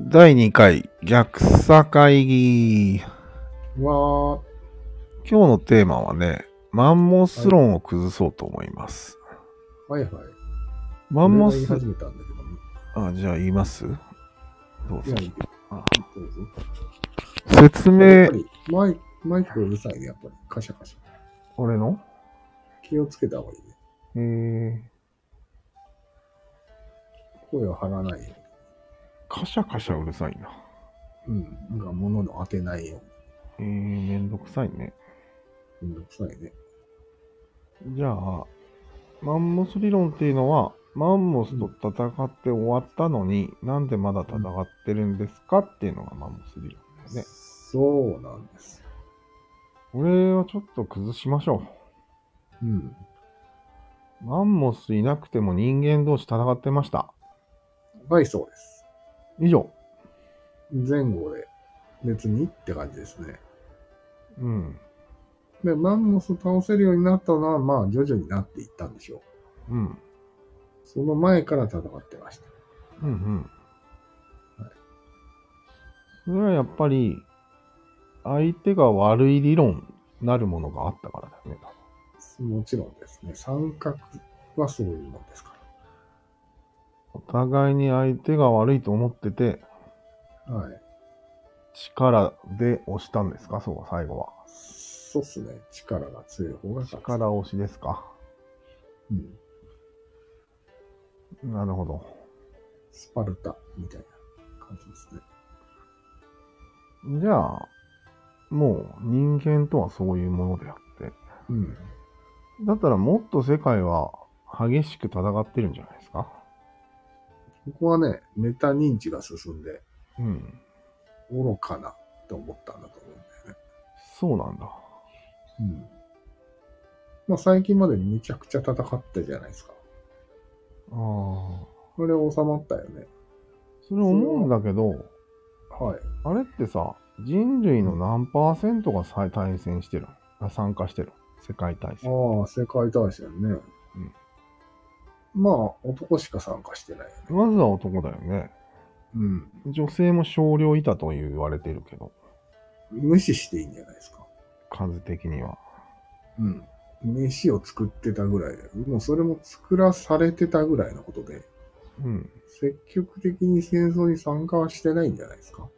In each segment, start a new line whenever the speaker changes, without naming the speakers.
第2回逆さ会議。
わー、
今日のテーマはね、マンモス論を崩そうと思います。
はいはい。
マンモ
俺
ス
が、言い始めたんだ
あ、じゃあ言いますどう
け
ぞ
ど。い。や、
あ
どうぞ。
説
や
明
っぱ、りマイ、マイクうるさいね、やっぱり。カシャカシャ。
俺の
気をつけた方がいいね。
えー、
声を張らないよ
カシャカシャうるさいな。
うに。うん。なんか物の当てないよ
えー、めんどくさいね。
うに。めんどくさいね。
じゃあ、マンモス理論っていうのは、マンモスと戦って終わったのに、なんでまだ戦ってるんですかっていうのがマンモス理論だよね。
そうなんですよ。
俺はちょっと崩しましょ
うん。
う。マンモスいなくても人間同士戦ってました。
はい、そうです。
以上。
前後で別にって感じですね。
うん。
で、マンモス倒せるようになったのは、まあ、徐々になっていったんでしょう。
うん。
その前から戦ってました。
うんうん。それはやっぱり、相手が悪い理論なるものがあったからだよね。
もちろんですね。三角はそういうもんですか
お互いに相手が悪いと思ってて、
ら。はい。
力で押したんですかそうか、最後は。
そうっすね。力が強い方が勝つ。
力押しですか
うん。
なるほど。
スパルタみたいな感じですね。
じゃあ、もう人間とはそういうものであって、
うん。
だったらもっと世界は激しく戦ってるんじゃないですか
ここはね、メタ認知が進んで、
うん。
愚かなと思ったんだと思うんだよね。
そうなんだ。
うん。まあ最近までめちゃくちゃ戦ったじゃないですか。
ああ。
これ収まったよね。
それ思うんだけど、
はい。
あれってさ、人類の何パーセントがさ対戦してるあ参加してる世界大戦。
ああ、世界大戦
う
ね。
ん
まあ、男しか参加してないよね。
まずは男だよね。
うん。
女性も少量いたと言われてるけど、
無視していいんじゃないですか。
数的には。
うん。飯を作ってたぐらいだよ。もうそれも作らされてたぐらいのことで、
うん。
積極的に戦争に参加はしてないんじゃないですか。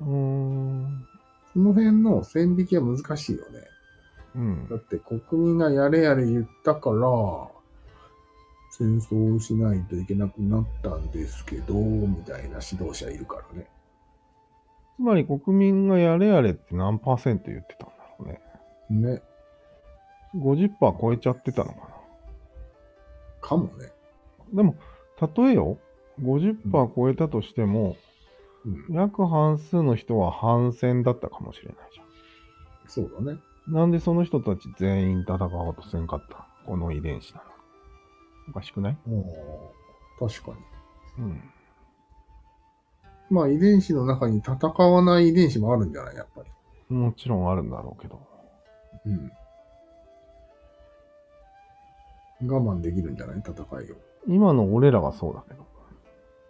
うーん。
その辺の線引きは難しいよね。
うん
だ。って国民がやれやれ言ったから、戦争をしないといけなくなったんですけど、みたいな指導者いるからね。
つまり国民がやれやれって何パーセント言ってたんだろうね。
ね。
50%超えちゃってたのかな。
かもね。
でも、例えよ、50%超えたとしても、
うん。
約半数の人は反戦だったかもしれないじ
そうだね。
ゃん。なんでその人たち全員戦おうとせんかったこの遺伝子なの。おかしくない
うん。確かに。
うん。
まあ遺伝子の中に戦わない遺伝子もあるんじゃないやっぱり。
もちろんあるんだろうけど。
うん。我慢できるんじゃない戦いを。
今の俺らがそうだけど。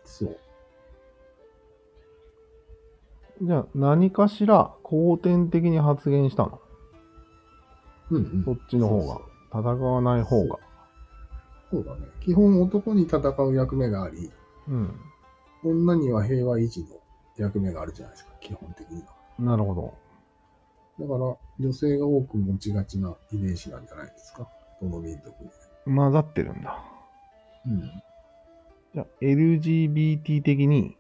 そう。
じゃあ何かしら後天的に発言したの。
うん、う
そ
ん。
っちの方が。戦わない方が。
そうそう。そうだね。基本男に戦う役目があり、
うん。
女には平和維持の役目があるじゃないですか、基本的には。
なるほど。
だから、女性が多く持ちがちな遺伝子なんじゃないですか。どの民族に。
混ざってるんだ。
うん。
じゃあ LGBT 的に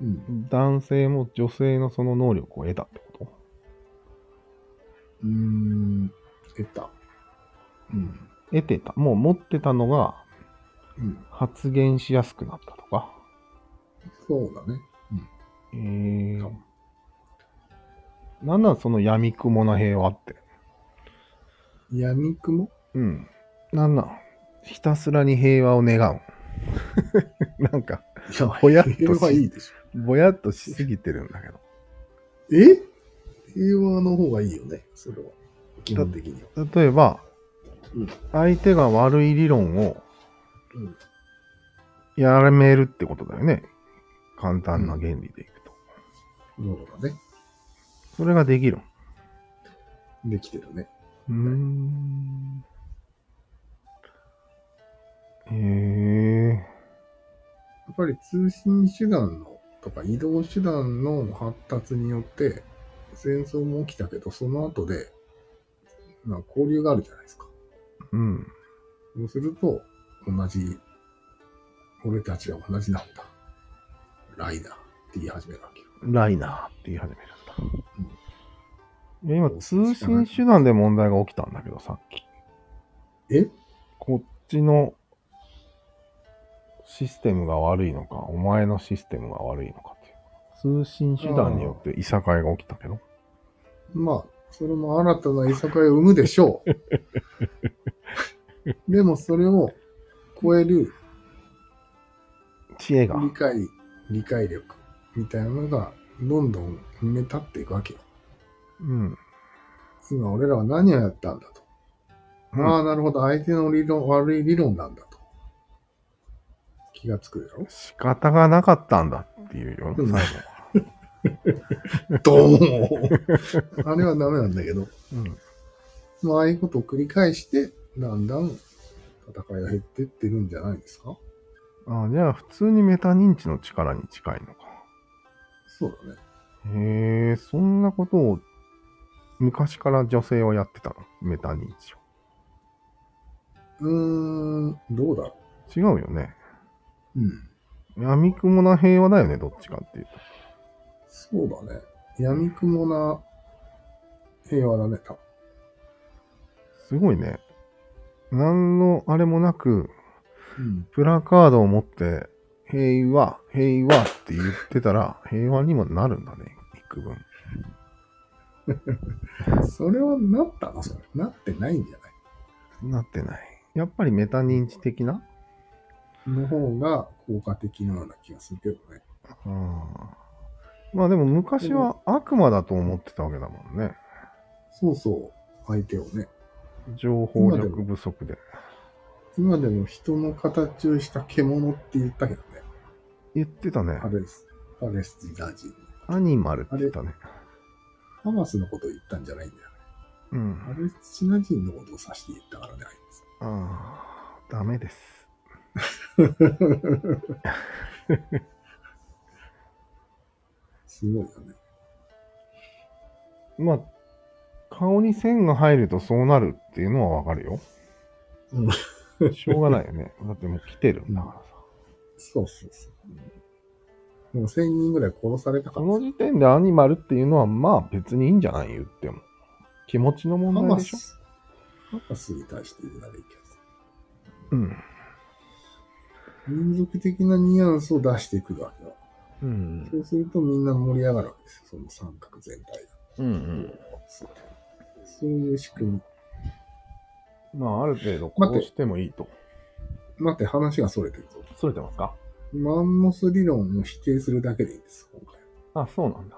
うん。
男性も女性のその能力を得たってこ
うーん。得た。うん。
と得てた。もう持ってたのが
うん。
発言しやすくなったとか。
そうだね。
えー
そう、
なんなんその闇雲な平和って。
闇雲
うん。なんなんひたすらに平和を願う。 なんか、
いや、
ぼやっとし
平和いいでしょ。
ぼやっとしすぎてるんだけど。
え平和の方がいいよね、それは。基本的には。
例えば
うん、
相手が悪い理論を
うん
やめるってことだよね。簡単な原理でいくと。
なるほどね。
それができるん。
できてるね。
うーん。へ
やっぱり通信手段のとか移動手段の発達によって戦争も起きたけど、その後で、まあ、交流があるじゃないですか。
え。うん。
そうすると、同じ、俺たちは同じなんだ。ライダーって言い始めるわけよ。
ライナーって言い始めるんだ。いや今、
そ
通
う
信手段で問題が起きたんだけど、さっき。
え
こっちのシステムが悪いのか、お前のシステムが悪いのかっていう。通信手段によっていさかいが起きたけど。
まあ、それも新たないさかいを生むでしょう。でもそれを超える
知恵が。
理解、理解力みたいなのがどんどん埋め立っていくわけよ。
うん。
今俺らは何をやったんだと。ああ、なるほど。相手の理論、悪い理論なんだと。気がつく だろ
仕方がなかったんだっていうよう
うん
な、最後は。
ドーンあれはダメなんだけど。
うん。
まあ、ああいうことを繰り返して、だんだん戦いが減ってってるんじゃないですか
あじゃあ普通にメタ認知の力に近いのか。
そうだね。
へえ、そんなことを昔から女性はやってたのメタ認知を。
うーん、どうだろ
違うよね。
う。うん。
闇雲な平和だよね、どっちかっていうと。
そうだね。闇雲な平和だね、多分
すごいね。何のあれもなく、
うん。
プラカードを持って、平和、平和って言ってたら、平和にもなるんだね、幾分。
それはなったのそれ。なってないんじゃない
なってない。やっぱりメタ認知的な
の方が効果的なような気がするけどね。
うんまあでも昔は悪魔だと思ってたわけだもんね。
そうそう、相手をね。
情報力不足で。
今でも人の形をした獣って言ったけどね。
言ってたね。
パレス、パレスチナ人。
アニマルって言ったね。
ハマスのことを言ったんじゃないんだよね。
う
パ
ん。
レスチナ人のことを指して言ったからね、あいつ。
ああ、ダメです。
すごいよね。
まあ、顔に線が入るとそうなるっていうのはわかるよ。しょうがないよね。 だってもう来てるんだからさ。
そうそうそう。もう1000人ぐらい殺されたか
そ
ら。
の時点でアニマルっていうのはまあ別にいいんじゃない言っても。気持ちの問
ハ
題
マ
でしょ。
ス、ハマスに対して言うならいいけどさ。
うん。
民族的なニュアンスを出してくるわけよ。
うん。
そうするとみんな盛り上がるわけですよ。その三角全体が。
うんうん。
そういう仕組み。
まあある程度
待
こ
って
うしてもいいと。
待って、話が逸れてるぞ。
それてますか
マンモス理論を否定するだけでいいんです、今回。
あ、そうなんだ。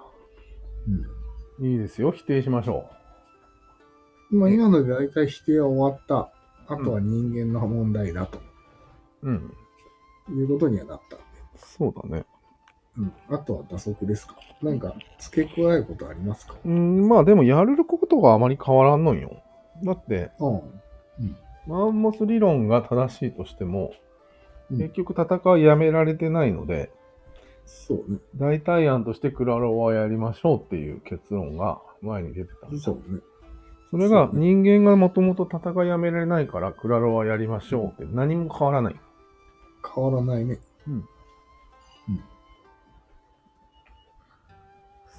うん
いいですよ。否定しましょ
まあ、今ので大体否定は終わった。あとは人間の問題だと
う。うん。
いうことにはなったんで。
そうだね。
うん。あとは打足ですか。なんか、付け加えることありますか
うん、まあでもやれることがあまり変わらんのんよ。だって、
うん。
マンモス理論が正しいとしても、
うん
結局戦いやめられてないので、
そうね。
代替案としてクラロワはやりましょうっていう結論が前に出てたんだ
そうね。
それが
そうね
人間がもともと戦いやめられないからクラロワやりましょうって何も変わらない。
変わらないね。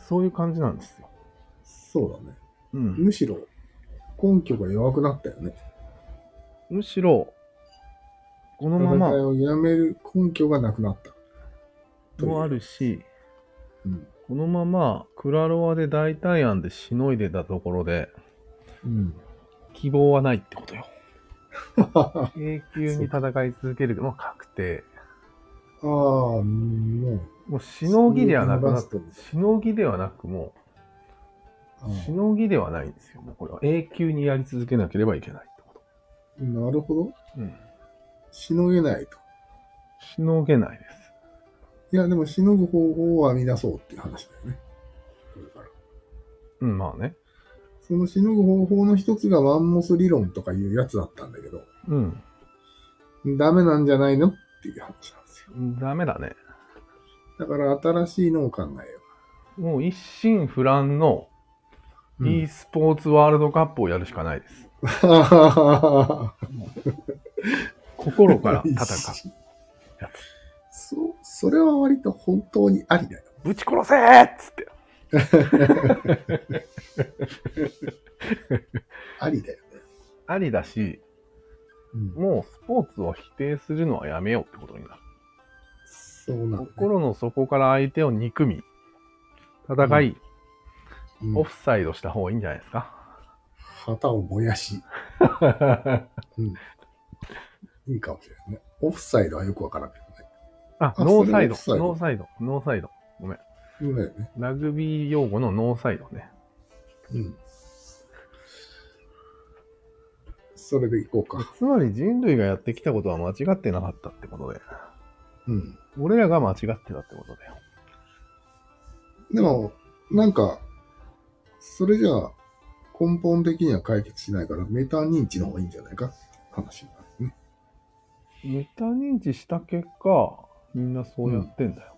そういう感じなんですよ。
そうだね。
うん。
むしろ、根拠が弱くなったよね。
むしろ、このま
戦い
ま
をやめる根拠がなくなった。
もあるし、
うん。
このままクラロワで代替案でしのいでたところで
うん。
希望はないってことよ。永久に戦い続けるのは確定。
ああ、もう
もうしのぎではなくなっ
そういう
しのぎではなくも
あ
う、し
あ、
のぎではないんですよ。もうこれは永久にやり続けなければいけないってこ
なるほど。
と。うん。
しのげないと。
しのげないです。
いや、でもしのぐ方法を編み出そうっていう話だよね。これから。
うん、まあね。
そのしのぐ方法の一つがマンモス理論とかいうやつだったんだけど、
うん。
ダメなんじゃないのっていう話なんですよ。
ダメだね。
だから新しいのを考えよ
もう一心不乱の
う。
e スポーツワールドカップをやるしかないです。心から戦う。や
そう、それは割と本当にありだよ。
ぶち殺せーっつって。
ありだよね。
ありだし、
うん、
もうスポーツを否定するのはやめようってことになる。
そうなんだね、
心の底から相手を憎み、戦い、
うん
オフサイドした方がいいんじゃないですか。
旗を燃やし、いいかもしれないね。オフサイドはよくわからんけ
あ、
あ
ノーサイド、
それ
ノ
オ
ーサイド、ノーサイド。
どね。そうだよね。
ラグビー用語のノーサイドね。
うん。それでいこうか。
つまり人類がやってきたことは間違ってなかったってことで、
うん。
俺らが間違ってたってことだよ。
でも、なんか、それじゃあ、根本的には解決しないから、メタ認知の方がいいんじゃないかって話になるね。
メタ認知した結果、みんなそうやってんだよ。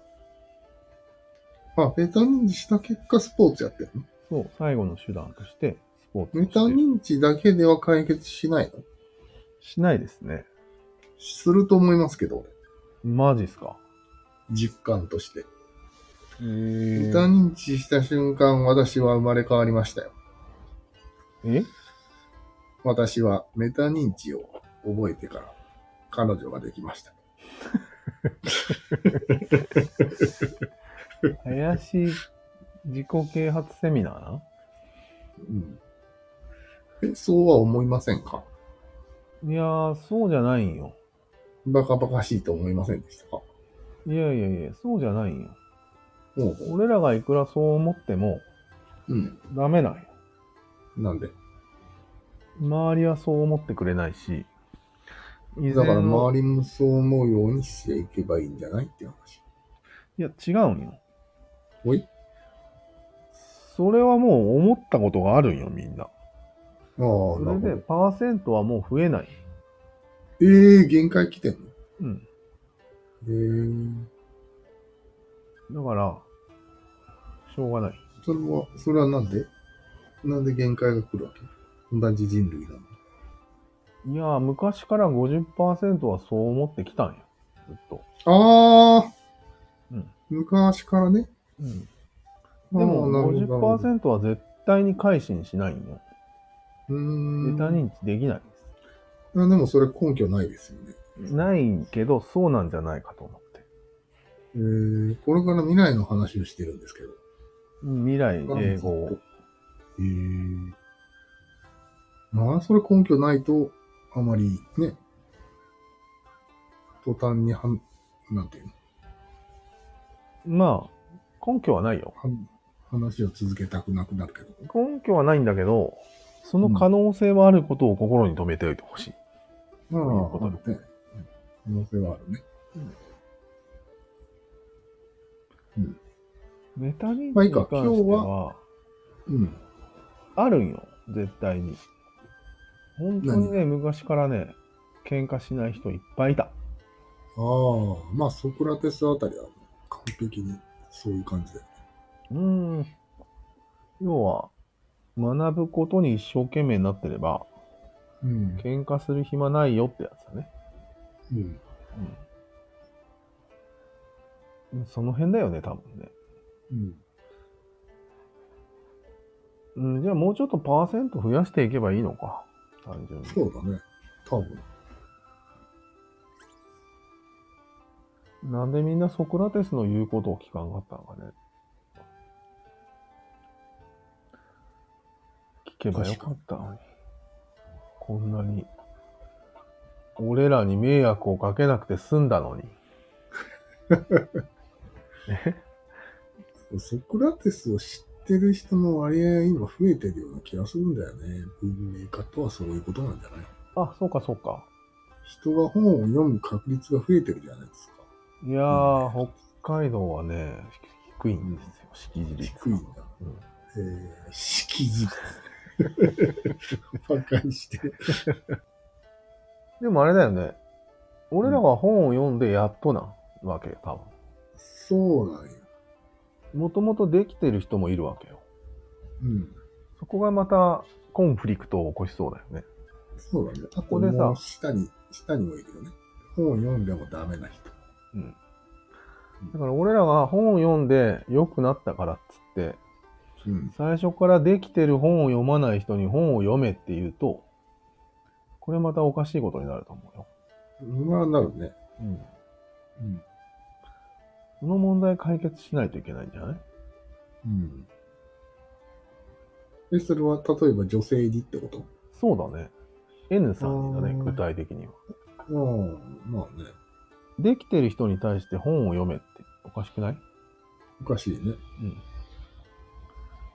あ、メタ認知した結果、スポーツやってるの
そう、最後の手段として、スポーツを
メ
し
タ
てる
認知だけでは解決しないの
しないですね。
すると思いますけど、俺
マジっすか。
実感として。
え
メタ認知した瞬間、私は生まれ変わりましたよ。
え
私はメタ認知を覚えてから、彼女ができました。
怪しい自己啓発セミナーな
うん。え、そうは思いませんか
いやー、そうじゃないんよ。
バカバカしいと思いませんでしたか
いやいやいや、そうじゃないんよ。
もう、
俺らがいくらそう思っても、
うん。
ダメなんよ。
なんで
周りはそう思ってくれないし、以
だから
の
周りもそう思うようにしていけばいいんじゃないっていう話。
いや、違うんよ。
おい
それはもう思ったことがあるんよ、みんな。
ああ、なるほ
そ
ど
れで、。パーセントはもう増えない。
ええ限界来てんの
うん。
ええ
だから、しょうがない。
それは、それはなんでなんで限界が来るわけ同じ人類なの。
いやー、昔から50%はそう思ってきたんよ。ずっと。
ああ、
うん
昔からね。
うん。でも
ああなるほどなる
50%は絶対に改心しないんよ。
ほどうーん
メタ認知できないで
いやでもそれ根拠ないですよね。
す。ないけど、そうなんじゃないかと思って。
えー、これから未来の話をしてるんですけど。
未来英語を。
えー、まあ、それ根拠ないと、あまりね、途端にはん、なんていうの
まあ、根拠はないよ。
はん、話を続けたくなくなるけど。
根拠はないんだけど、その可能性はあることを心に留めておいてほしい。
ま
ういうこと
あ、あるね。可能性はあるね。
メタ認
まあい
知に
いか
関して
今日
は、
うん。
あるんよ。絶対に。本当にね、昔からね、喧嘩しない人いっぱいいた。
ああ、まあ、ソクラテスあたりは完璧にそういう感じだよね。
うーん。要は、学ぶことに一生懸命になってれば、
うん。
喧嘩する暇ないよってやつだね。
うん。
うん。その辺だよね、多分ね。
うん。
うん、じゃあもうちょっとパーセント増やしていけばいいのか。単純に。
そうだね。多分。
なんでみんなソクラテスの言うことを聞かんかったのかね。聞けばよかったのに。こんなに。俺らに迷惑をかけなくて済んだ のに。
ソクラテスを知ってる人の割合今増えてるような気がするんだよね。文明化とはそういうことなんじゃない
あ、そうかそうか。
人が本を読む確率が増えてるじゃないですか。
いやー、海道はね、低いんですよ、識字率が。
低いな。
うん
えー、識 字。バカにして。
でもあれだよね。俺らは本を読んでやっとなわけよ、多
そうなんや。
分。もともとできてる人もいるわけよ。
うん。
そこがまたコンフリクトを起こしそうだよね。
そうだね。あ
ことでさ
もう下に、下にもいるよね。本を読んでもダメな人。
うん。だから俺らは本を読んで良くなったからっつって、
うん。
最初からできてる本を読まない人に本を読めって言うと、これまたおかしいことになると思うよ。
まあなるね。
うん。
うん。
この問題解決しないといけないんじゃない
うん。え、それは例えば女性にってこと
そうだね。N さんにだね、
うん
具体的には。
ああ、まあね。
できてる人に対して本を読めっておかしくない
おかしいね。
うん。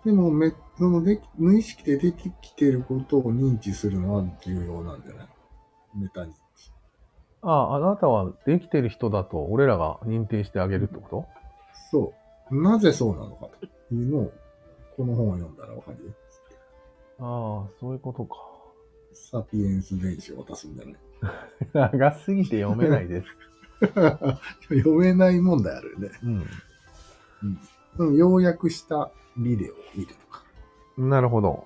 でもめ、そのでき、無意識でできてることを認知するのは重要なんじゃないメタ認知。
ああ、あなたはできてる人だと俺らが認定してあげるってこと、
そう。なぜそうなのかというのを、この本を読んだらわかるよ。
ああ、そういうことか。
サピエンス電子を渡すんじゃない
長すぎて読めないです。
読めない問題あるよね。
う
うん、要約したビデオを見るとか。
ん。なるほど。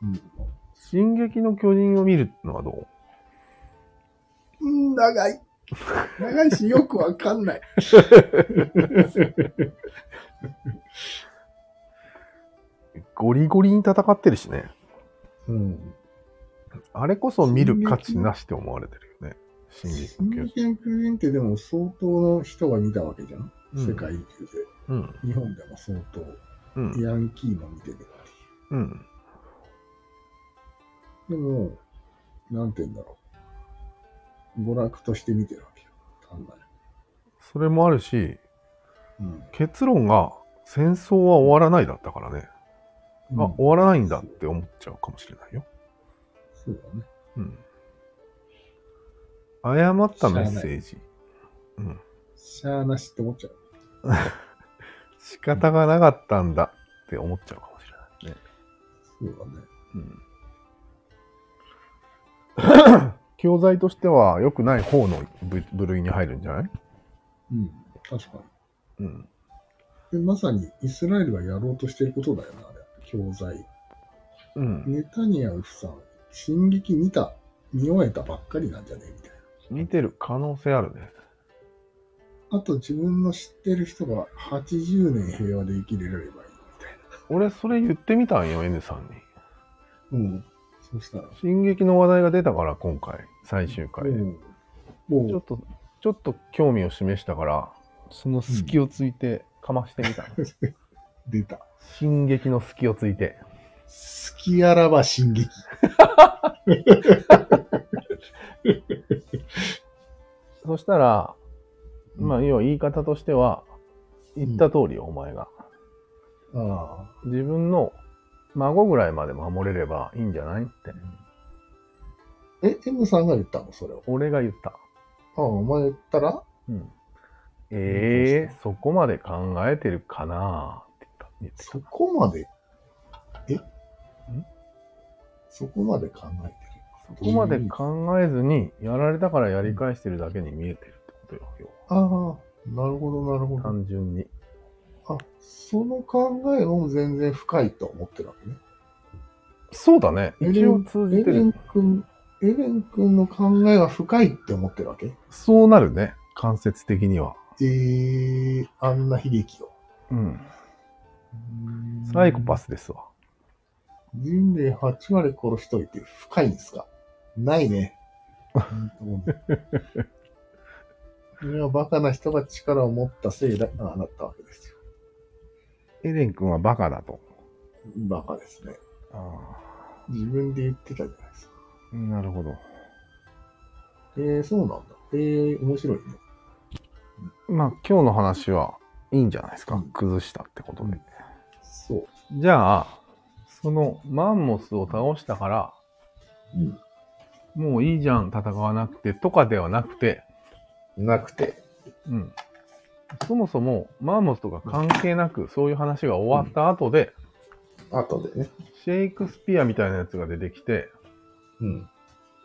う、
進撃の巨人を見るのはどうん
うん、長い。長いしよくわかんない。
ゴリゴリに戦ってるしね。
うん。
あれこそ見る価値なしって思われてるよね。進撃
人
の巨人。
間クリーンってでも相当の人が見たわけじゃん。
うん
世界中で。
うん。
日本でも相当。
うん。
ヤンキーも見てるってい
うん。
う。でも、なんて言うんだろう。娯楽として見てるわけよ。単なる。
それもあるし、
うん。
結論が戦争は終わらないだったからね。あ、終わらないんだって思っちゃうかもしれないよ。
そうだね。
うん。誤ったメッセージ。うん。
しゃーなしって思っちゃう。
仕方がなかったんだって思っちゃうかもしれないね。
そうだね。
うん。教材としては良くない方の部部類に入るんじゃない
うん。確か
うん。
に。で、まさにイスラエルがやろうとしてることだよな、あれ。教材。
うん。
ネタニヤフさん、進撃見た、見終えたばっかりなんじゃねえみたい
似てる可能性あるね。
な。あと自分の知ってる人が80年平和で生きれればいいみたい
俺、それ言ってみたんよ、N さんに。
な。うん。そうしたら。
進撃の話題が出たから、今回、最終回で。
もう、
ちょ
も
っと、ちょっと興味を示したから、その隙をついて、かましてみたの。
う、出た。
進撃の隙をついて。
好きあらば進撃。
そしたら、
うん
まあ、要は言い方としては、言った通りよ、お前が。
ああ。
自分の孫ぐらいまで守れればいいんじゃないって。
え、M さんが言ったのそれを。
俺が言った。
ああ、お前言ったら
うん。ええー、そこまで考えてるかなって言った。
そこまで、えそこまで考えてる。
そこまで考えずに、やられたからやり返してるだけに見えてるってことよ、要
ああ、なるほど、なるほ
は
ど。
単純に。
あ、その考えも全然深いと思ってるわけね。
そうだね。
エレン
一応通じ
エ
て
レン
る。
君、エレン君の考えは深いって思ってるわけ
そうなるね。間接的には。
えー、あんな悲劇を。
うん。サイコパ
ス。
スですわ。
人類8割殺しといて深いんですかないね。本当にこれはバカな人が力を持ったせいだ、ああなったわけですよ。
エレン君はバカだと。
バカですね。
あ
自分で言ってたじゃないですか。
あ、なるほど。
えー、そうなんだ。えー、面白いね。
まあ今日の話はいいんじゃないですか、
うん
崩したってことで。
そう。
じゃあ、そのマンモスを倒したから、
うん
もういいじゃん、戦わなくてとかではなくて、
なくて。
うん。そもそもマンモスとか関係なく、そういう話が終わった後で、
後でね。
シェイクスピアみたいなやつが出てきて、
うん。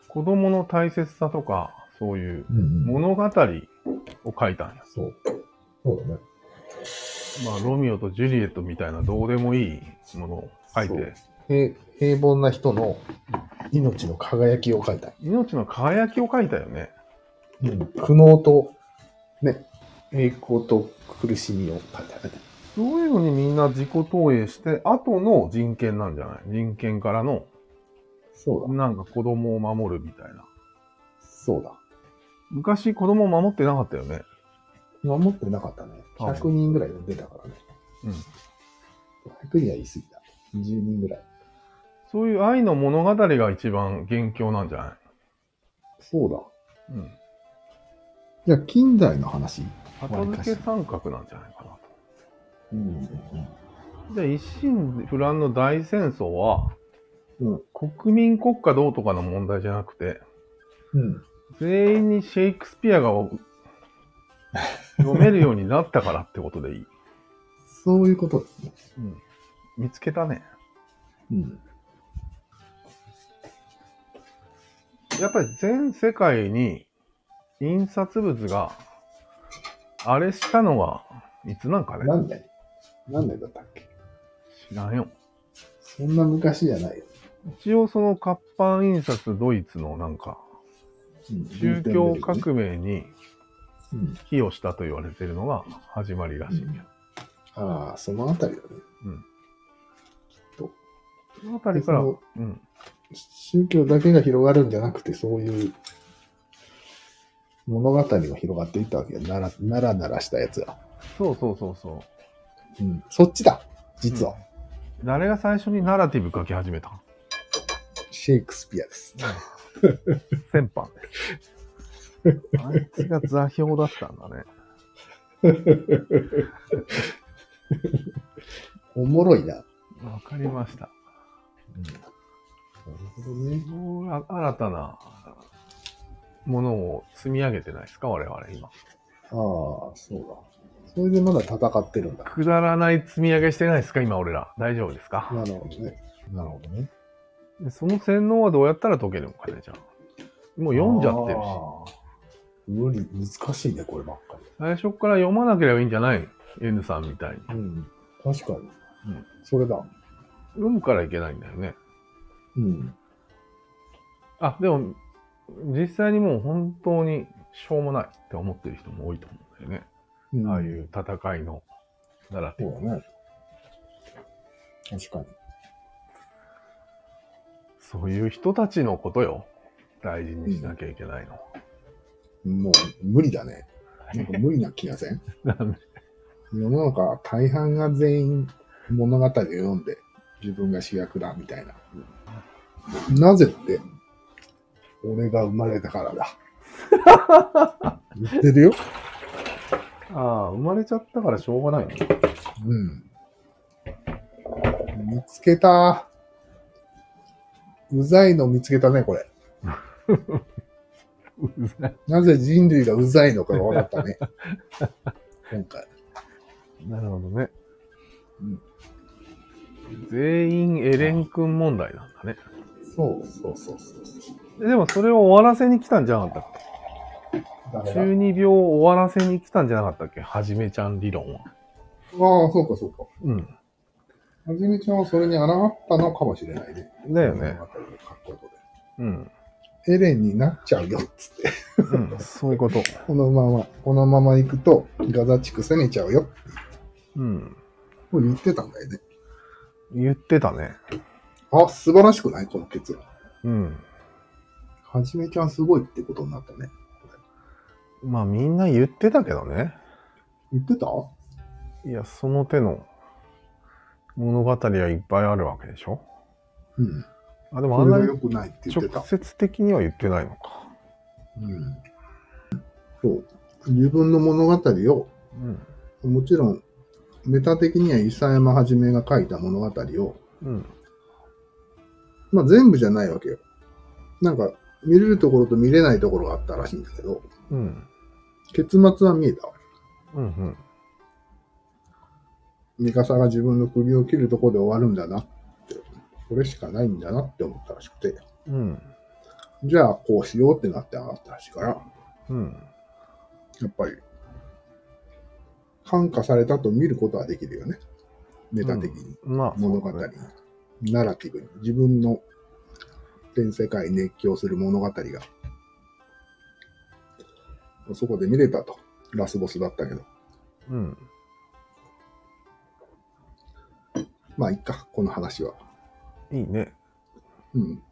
子供の大切さとか、そういう
うん、
物語を書いたんや。
そう。そうだね。
まあ、ロミオとジュリエットみたいなどうでもいいものを書いて、
平平凡な人の命の輝きを書いたい。
命の輝きを書いたよね。
うん、苦悩と、ね、栄光と苦しみを書いてあるね。
そういうのにみんな自己投影して、後の人権なんじゃない人権からの、
そうだ、
なんか子供を守るみたいな。
そうだ。
昔子供を守ってなかったよね。
守ってなかったね。
はい
100人ぐらい出たからね。
うん。
100人は言い過ぎた。20人ぐらい。
そういう愛の物語が一番元凶なんじゃ
そうだ。
ないうん。
じゃあ、近代の話。
片付け三角なんじゃないかな
うん。
と。で、一心不乱の大戦争は、
うん。
国民国家どうとかの問題じゃなくて、
うん。
全員にシェイクスピアが読めるようになったからってことでいい。
そういうことですね。
うん。見つけたね。
うん。
やっぱり全世界に印刷物があれしたのはいつなんかね
何年何年だったっけ
知らんよ。
そんな昔じゃないよ。
一応その活版印刷ドイツのなんか
うん
宗教革命に
うん。
寄与したと言われてるのが始まりらしい。
ああ、そのあたりだね。
うん。
きっと。
そのあたりから、
そうの
ん。
宗教だけが広がるんじゃなくて、そういう物語が広がっていったわけよ。なら、ならならしたやつが。
そうそうそうそ
うん。そっちだ実は、
う。誰が最初にナラティブ書き始めた
シェイクスピアです。
先般です。あいつが座標だったんだね。
おもろいな。
わかりました。
うん。なるほどね。
もうあ新たなものを積み上げてないですか我々今。
ああ、そうだ。それでまだ戦ってるんだ。
くだらない積み上げしてないですか今俺ら。大丈夫ですか、
なるほどね。なるほどね。
でその洗脳はどうやったら解けるのかねじゃあ。もう読んじゃってるし。
し。無理、難しいね、こればっか
最初から読まなければいいんじゃないの ?N さんみたいに。
り。うん。確かに。
ん
それだ。
読むからいけないんだよね。
うん。
あ、でも、実際にもう本当にしょうもないって思ってる人も多いと思うんだよね。ああい。う戦いのなら
そうだね。確かに。
そういう人たちのことよ。大事にしなきゃいけないの。
もう無理だね。なんか無理な気 がせん
なんで
世の中大半が全員物語を読んで自分が主役だみたいな。なぜって、俺が生まれたからだ。 言ってるよ。
ああ、生まれちゃったからしょうがないの。
うん。見つけた。うざいの見つけたね、こ れ。
うざい
なぜ人類がうざいのかが分かった ね。今回。
なるほどね。
うん
全員エレン君問題なんだね。
そうそうそうそうそう。
えでもそれを終わらせに来たんじゃなかったっ
ダ
け
メだ
中二病を終わらせに来たんじゃなかったっけはじめちゃん理論は。
ああ、そうかそうか。
うん。
はじめちゃんはそれに抗ったのかもしれないね。
だよね
物。語を書くこと
うん。
で。エレンになっちゃうよっつって。
うん、そういうこと。
このまま、このまま行くとガザ地区攻めちゃうよ。
うん。
これ言ってたんだよね。
言ってたね。
あ、素晴らしくないこの結論。
うん。
はじめちゃんすごいってことになったね。
まあみんな言ってたけどね。
言ってた
いや、その手の物語はいっぱいあるわけでしょ
うん。
あ、でもあ
こ
ん
れ
な
は
に
良くないって言って
直
た。
接的には言ってないのか。
うん。そう。自分の物語を
うん。
もちろん、メタ的には伊佐山はじめが書いた物語を、
うん。
まあ全部じゃないわけよ。なんか、見れるところと見れないところがあったらしいんだけど、
うん。
結末は見えたわ
うんうん。
ミカサが自分の首を切るとこで終わるんだなって、これしかないんだなって思ったらしくて、
うん。
じゃあこうしようってなって上がったらしいから、
うん。
やっぱり、感化されたと見ることはできるよね。メタ的に、
まあ、
物語
そうだ
に
ね、
ナラティブに、自分の全世界に熱狂する物語が、そこで見れたと。ラスボスだったけど。
うん。
まあ、いっか、この話は。
いいね。
うん。